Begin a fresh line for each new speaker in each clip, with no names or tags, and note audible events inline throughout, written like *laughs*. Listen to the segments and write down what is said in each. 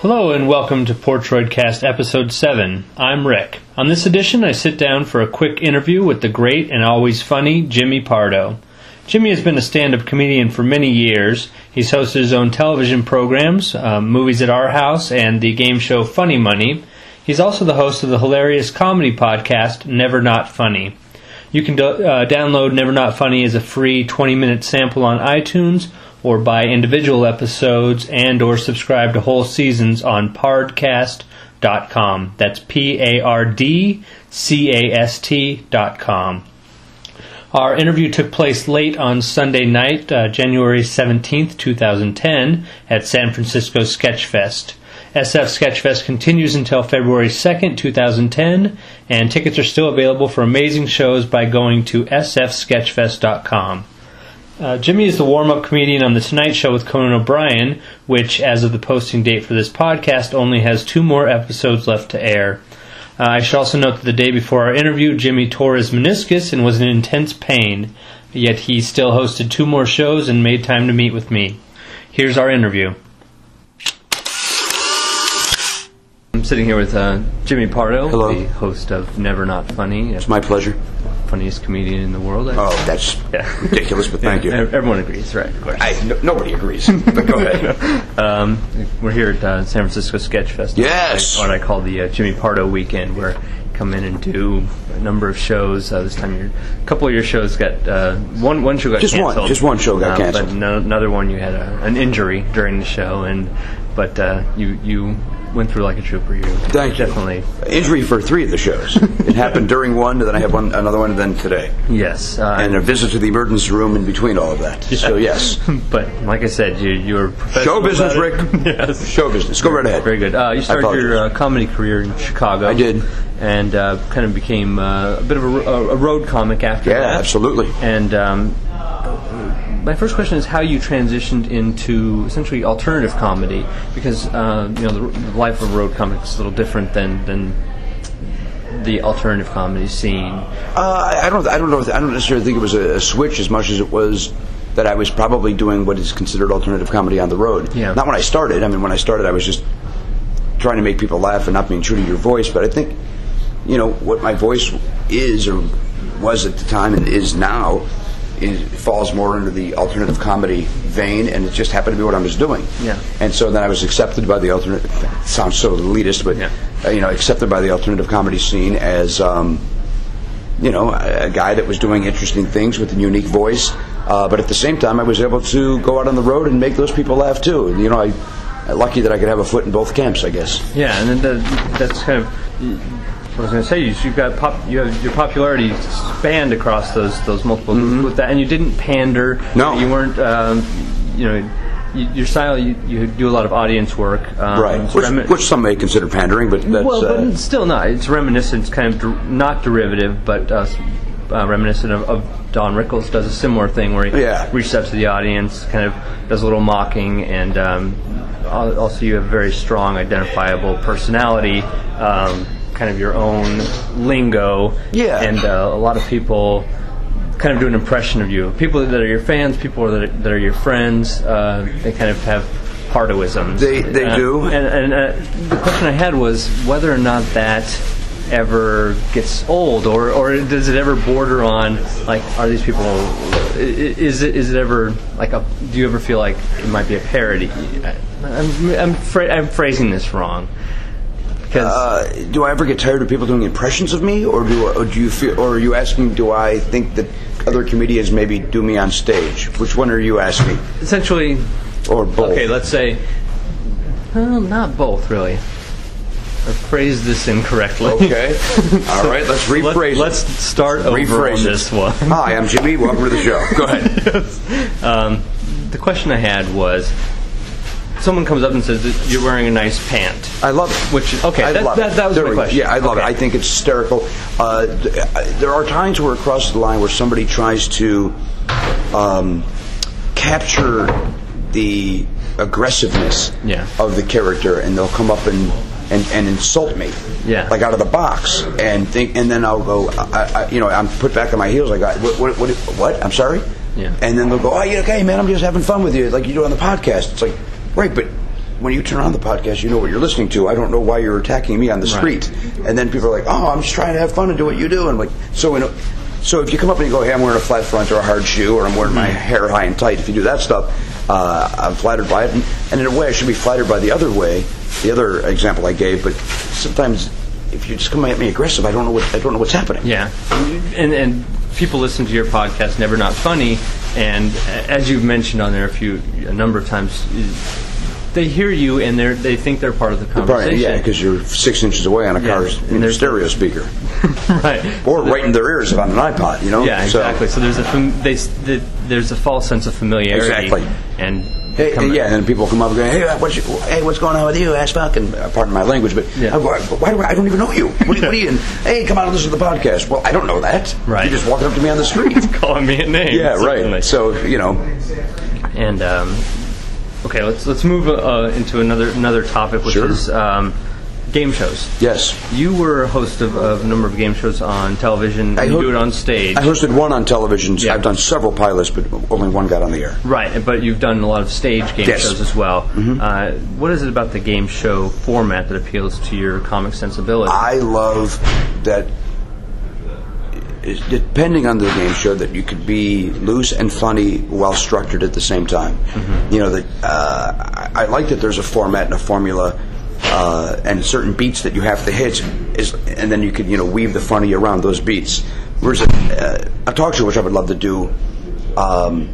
Hello and welcome to Portroid Cast Episode 7. I'm Rick. On this edition, I sit down for a quick interview with the great and always funny Jimmy Pardo. Jimmy has been a stand up comedian for many years. He's hosted his own television programs, um, Movies at Our House, and the game show Funny Money. He's also the host of the hilarious comedy podcast Never Not Funny. You can do- uh, download Never Not Funny as a free 20-minute sample on iTunes or buy individual episodes and or subscribe to whole seasons on pardcast.com. That's p a r d c a s t.com. Our interview took place late on Sunday night, uh, January 17th, 2010, at San Francisco Sketchfest. SF Sketchfest continues until February 2nd, 2010, and tickets are still available for amazing shows by going to sfsketchfest.com. Uh, Jimmy is the warm up comedian on The Tonight Show with Conan O'Brien, which, as of the posting date for this podcast, only has two more episodes left to air. Uh, I should also note that the day before our interview, Jimmy tore his meniscus and was in intense pain, yet he still hosted two more shows and made time to meet with me. Here's our interview. I'm sitting here with uh, Jimmy Pardo,
Hello.
the host of Never Not Funny,
It's my pleasure.
funniest comedian in the world. I-
Oh, that's
Yeah.
ridiculous, but thank
*laughs*
you.
Everyone agrees, right? Of course.
I, no, nobody agrees, but go ahead.
Um, we're here at uh, San Francisco Sketch Fest.
Yes.
What I call the uh, Jimmy Pardo weekend, where I come in and do a number of shows. Uh, this time, your a couple of your shows got uh, one one show got
Just one-
canceled.
just one show got
Uh,
canceled.
But no, another one, you had a, an injury during the show, and but uh, you you went through like a trooper. You
Thank you.
definitely
Injury for three of the shows. It happened during one, and then I had one, another one, and then today.
yes. Uh,
And a visit to the emergency room in between all of that. So, yes.
*laughs* but like I said, you you're professional
Show business,
about it. *laughs*
Rick.
yes.
Show business. Go right ahead.
Very good. Uh, you started
apologize.
your uh, comedy career in Chicago.
I did.
And uh, kind of became uh, a bit of a, ro- a road comic after
Yeah,
that.
absolutely.
And um, my first question is how you transitioned into essentially alternative comedy, because uh, you know the, r- the life of a road comic is a little different than than the alternative comedy scene.
Uh, I I don't. I don't know. If, I don't necessarily think it was a, a switch as much as it was that I was probably doing what is considered alternative comedy on the road.
Yeah.
Not when I started. I mean, when I started, I was just trying to make people laugh and not being true to your voice. But I think, you know, what my voice is or was at the time and is now. Is, falls more into the alternative comedy vein, and it just happened to be what I was doing.
Yeah.
And so then I was accepted by the alternative. Sounds so elitist, but
Yeah.
uh, you know, accepted by the alternative comedy scene as um, you know, a, a guy that was doing interesting things with a unique voice. Uh, but at the same time, I was able to go out on the road and make those people laugh too. And, you know, I, I'm lucky that I could have a foot in both camps, I guess.
Yeah, and then the, that's kind of. I was going to say you, you've got pop, you have your popularity spanned across those those multiple with that, and you didn't pander.
Mm-hmm. No.
you weren't. Um, you know, you, your style. You, you do a lot of audience work. Um,
Right.
it's
Which,
remi-
which some may consider pandering, but that's.
well, but
uh,
it's still not. It's reminiscent, kind of der- not derivative, but uh, s- uh, reminiscent of, of Don Rickles does a similar thing where he
Yeah.
reaches out to the audience, kind of does a little mocking, and um, al- also you have a very strong identifiable personality, um, kind of your own lingo,
Yeah.
and uh, a lot of people. Kind of do an impression of you. People that are your fans, people that are, that are your friends, uh, they kind of have pardoisms.
They- they
Uh,
do.
And and uh, the question I had was whether or not that ever gets old, or, or does it ever border on like are these people? i- i- Is it is it ever like a? Do you ever feel like it might be a parody? I, I'm I'm, phra- I'm phrasing this wrong because
uh, do I ever get tired of people doing impressions of me, or do or do you feel, or are you asking? Do I think that other comedians maybe do me on stage? Which one are you asking,
essentially,
or both?
okay, let's say, well, not both really. I phrased this incorrectly. *laughs*
Okay. All right. Let's rephrase.
Let,
it.
let's start over on
Rephrase it.
this one.
Hi, I'm Jimmy. Welcome to the show. Go ahead.
*laughs* um, the question I had was someone comes up and says that you're wearing a nice pant.
I love it.
Which- okay,
I
that-
love
that-
it.
that was
There
my
we-
question.
Yeah, I love it.
Okay.
I think it's hysterical. Uh, th- I- there are times where it crosses the line where somebody tries to um, capture the aggressiveness
Yeah.
of the character, and they'll come up and, and, and insult me,
Yeah.
like out of the box, and think, and then I'll go, I, I, you know, I'm put back on my heels. Like, I- what, what, what, what? I'm sorry.
Yeah.
And then they'll go, oh, yeah, okay, man, I'm just having fun with you, like you do on the podcast. It's like, right, but when you turn on the podcast, you know what you're listening to. I don't know why you're attacking me on the
Right.
street. And then people are like, "Oh, I'm just trying to have fun and do what you do." And like, so you know, so if you come up and you go, "Hey, I'm wearing a flat front or a hard shoe, or I'm wearing
Mm.
my hair high and tight," if you do that stuff, uh, I'm flattered by it. And, and in a way, I should be flattered by the other way, the other example I gave. But sometimes, if you just come at me aggressive, I don't know what I don't know what's happening.
Yeah, and and people listen to your podcast, Never Not Funny, and a- as you've mentioned on there a few a number of times, i- they hear you and they they think they're part of the conversation.
Right, yeah, because you're six inches away on a
Yeah,
car's
and
you know,
there's-
stereo speaker,
*laughs* right.
or right in their ears on an iPod. You know,
Yeah,
So-
exactly. So, there's a fam- they, s- the, there's a false sense of familiarity.
Exactly.
And
Hey,
come-
yeah, and then people come up and go, hey, what's, your, hey, what's going on with you, ass fuck? And uh, pardon my language, but
Yeah.
I go, why do I, I don't even know you. What, do- what
*laughs*
are you? And, hey, come out and listen to the podcast. Well, I don't know that.
Right.
You just walked up to me on
*laughs*
the street.
calling me a name.
yeah,
certainly.
right. So you know,
And um, okay, let's let's move uh, into another another topic, which
Sure.
is um, game shows.
yes,
You were a host of, of a number of game shows on television.
I
you
ho-
do it on stage,
I hosted one on television.
Yeah.
I've done several pilots, but only one got on the air.
right? But you've done a lot of stage game
Yes. Mm-hmm.
shows as well. Uh, what is it about the game show format that appeals to your comic sensibility?
I love that. is- Depending on the game show, that you could be loose and funny while structured at the same time. You know that uh, I, I like that there's a format and a formula, uh, and certain beats that you have to hit, is, and then you could you know weave the funny around those beats. Whereas a, uh, a talk show, which I would love to do, um,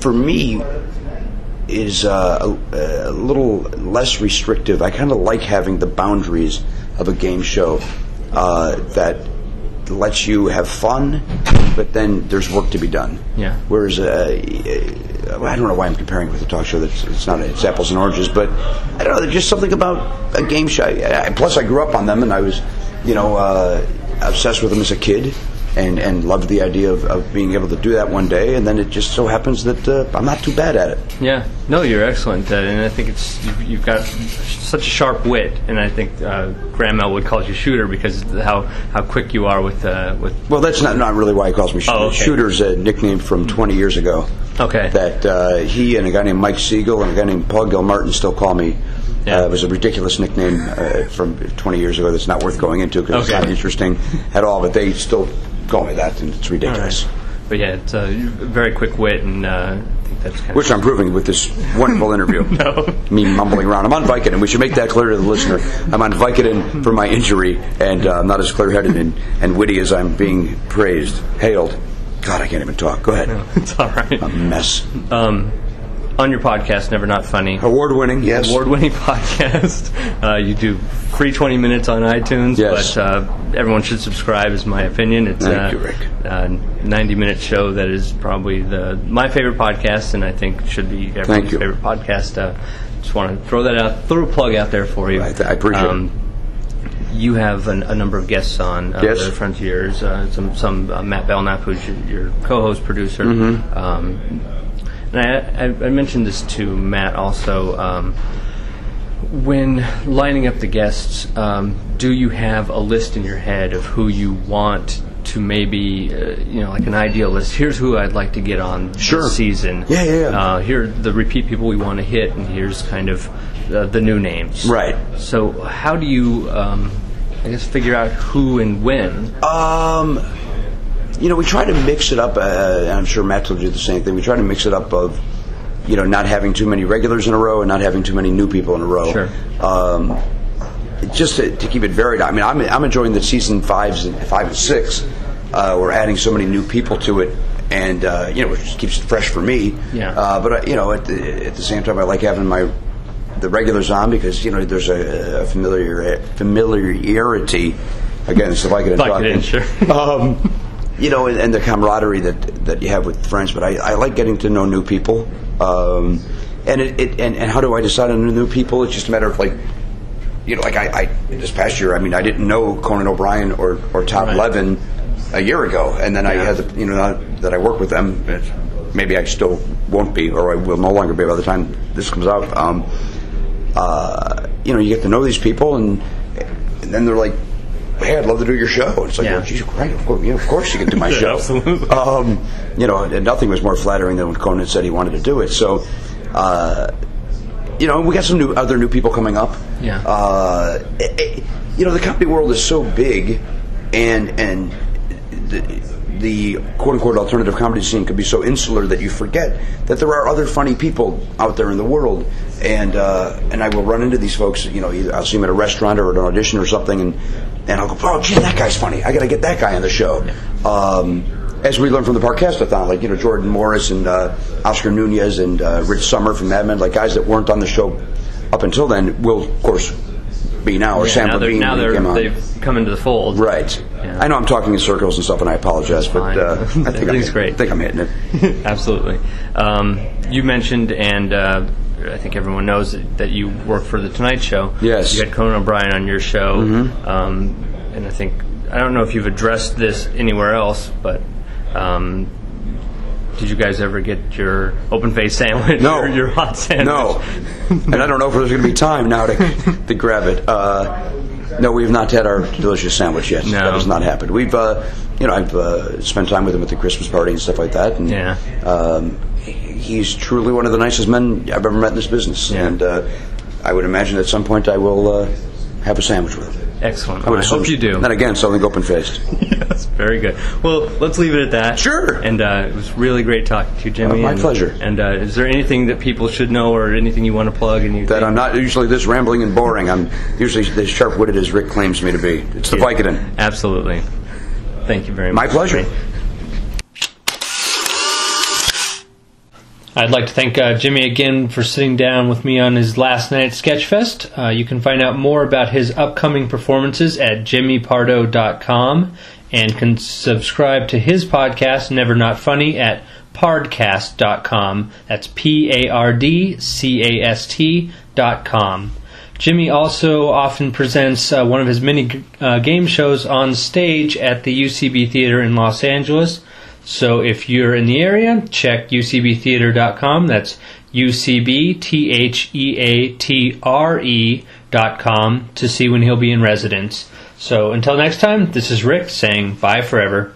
for me is uh, a, a little less restrictive. I kind of like having the boundaries of a game show uh, that lets you have fun, but then there's work to be done.
Yeah.
Whereas uh, uh, I don't know why I'm comparing it with a talk show. That's it's not it's apples and oranges, but I don't know. There's just something about a game show. I, I- plus, I grew up on them, and I was, you know, uh, obsessed with them as a kid. And, and loved the idea of, of being able to do that one day, and then it just so happens that uh, I'm not too bad at it.
Yeah, no, you're excellent, uh, and I think it's you've, you've got such a sharp wit, and I think uh, Grandma would call you shooter because of how how quick you are with uh, with.
Well, that's not, not really why he calls me Shooter.
Oh, okay.
Shooter's a nickname from 20 years ago.
Okay.
That uh, he and a guy named Mike Siegel and a guy named Paul Gilmartin still call me.
Yeah.
Uh, it was a ridiculous nickname uh, from 20 years ago that's not worth going into because it's
Okay.
not interesting at all, but they still call me that, and it's ridiculous.
But yeah, it's uh, very quick wit, and uh, I think that's kind
Which I'm proving with this wonderful interview.
*laughs* No.
Me mumbling around. I'm on Vicodin. We should make that clear to the listener. I'm on Vicodin for my injury, and uh, I'm not as clear headed and, and witty as I'm being praised, hailed. God, I can't even talk. Go ahead.
of *laughs* it's all right.
mess.
Um, on your podcast, Never Not Funny,
Award winning, yes.
award-winning *laughs* podcast. Uh, you do free 20 minutes on iTunes,
Yes.
but uh, everyone should subscribe. Is my opinion. It's
Thank
uh,
you, Rick.
a 90-minute show that is probably the my favorite podcast, and I think should be everyone's
Thank you.
favorite podcast. Uh, just want to throw that out, throw a plug out there for you. Um,
I th- I appreciate it.
You have an, a number of guests on uh,
Yes.
the Frontiers. Uh, some, some uh, Matt Belknap, who's your, your co-host producer.
Mm-hmm.
Um, and I, I, I mentioned this to Matt also. Um, when lining up the guests, um, do you have a list in your head of who you want to maybe, uh, you know, like an ideal list? Here's who I'd like to get on
Sure.
this season.
Yeah, yeah, yeah.
Uh, here are the repeat people we want to hit, and here's kind of uh, the, the new names.
Right.
So how do you, um, I guess, figure out who and when?
Um, you know, we try to mix it up, uh, and I'm sure Matt will do the same thing. We try to mix it up of, you know, not having too many regulars in a row and not having too many new people in a row.
Sure.
Um, just to, to keep it varied. I mean, I'm, I'm enjoying the season fives and five and six. Uh, we're adding so many new people to it, and uh, you know, it just keeps it fresh for me.
Yeah.
Uh, but uh, you know, at the, at the same time, I like having my the regulars on because you know there's a, a familiar familiarity. Again, it's like it
Like it is, sure.
um, you know, and, and the camaraderie that that you have with friends. But I, I like getting to know new people. Um, and it, it and, and how do I decide on new people? It's just a matter of like, you know, like I, I this past year. I mean, I didn't know Conan O'Brien or or Todd
Right.
Levin a year ago, and then I had the you know now that I work with them. It's, maybe I still won't be, or I will no longer be by the time this comes out. Um, uh, you know, you get to know these people, and, and then they're like. Hey, I'd love to do your show. It's like,
Yeah.
well, geez, Right, of course, yeah, of course you can do
*laughs*
my
Yeah,
show.
absolutely.
Um, you know, and nothing was more flattering than when Conan said he wanted to do it. So, uh, you know, we got some new other new people coming up.
Yeah.
Uh, eh, eh, you know, the comedy world is so big, and and the, the quote unquote alternative comedy scene could be so insular that you forget that there are other funny people out there in the world, and uh, and I will run into these folks. You know, either I'll see them at a restaurant or at an audition or something, and and I'll go, oh, gee, that guy's funny. I got to get that guy on the show. Um, as we learned from the Parkastathon, like you know Jordan Morris and uh, Oscar Nunez and uh, Rich Summer from Mad Men, like guys that weren't on the show up until then, will of course be now. Or Sam
now they're,
Levine
now
when he
they're,
came on.
they've come into the fold.
Right.
Yeah.
I know I'm talking in circles and stuff, and I apologize, but
Fine.
uh, *laughs* I think I'm
Everything's
hit-
great.
I think I'm hitting
*laughs*
it.
Absolutely. Um, you mentioned, and uh, I think everyone knows that, that you work for the Tonight Show.
Yes. Mm-hmm.
You had Conan O'Brien on your show, um, and I think I don't know if you've addressed this anywhere else, but. Um, did you guys ever get your open face sandwich
No.
or *laughs* your hot sandwich?
No, and I don't know if there's going to be time now to to grab it. Uh, no, we've not had our delicious sandwich yet.
No.
That has not happened. We've, uh, you know, I've uh, spent time with him at the Christmas party and stuff like that, and
Yeah.
um, he- he's truly one of the nicest men I've ever met in this business.
Yeah.
And uh, I would imagine at some point I will uh, have a sandwich with him.
Excellent.
would
I hope
assume-
you do.
Then again, something open faced.
Yes, very good. Well, let's leave it at that.
Sure.
And uh, it was really great talking to you, Jimmy.
Uh, my
and-
pleasure.
And uh, is there anything that people should know, or anything you want to plug? And you
that I'm not usually this rambling and boring. I'm usually as sharp witted as Rick claims me to be. It's the Vicodin.
absolutely. Thank you very
My
much.
pleasure.
I'd like to thank uh, Jimmy again for sitting down with me on his last night at Sketchfest. Uh, you can find out more about his upcoming performances at jimmypardo.com and can subscribe to his podcast, Never Not Funny, at pardcast.com. That's P A R D C A S T dot com. Jimmy also often presents uh, one of his many g- uh, game shows on stage at the UCB Theater in Los Angeles. So if you're in the area, check ucbtheater.com. That's E U-C-B-T-H-E-A-T-R-E E dot com to see when he'll be in residence. So until next time, this is Rick saying bye forever.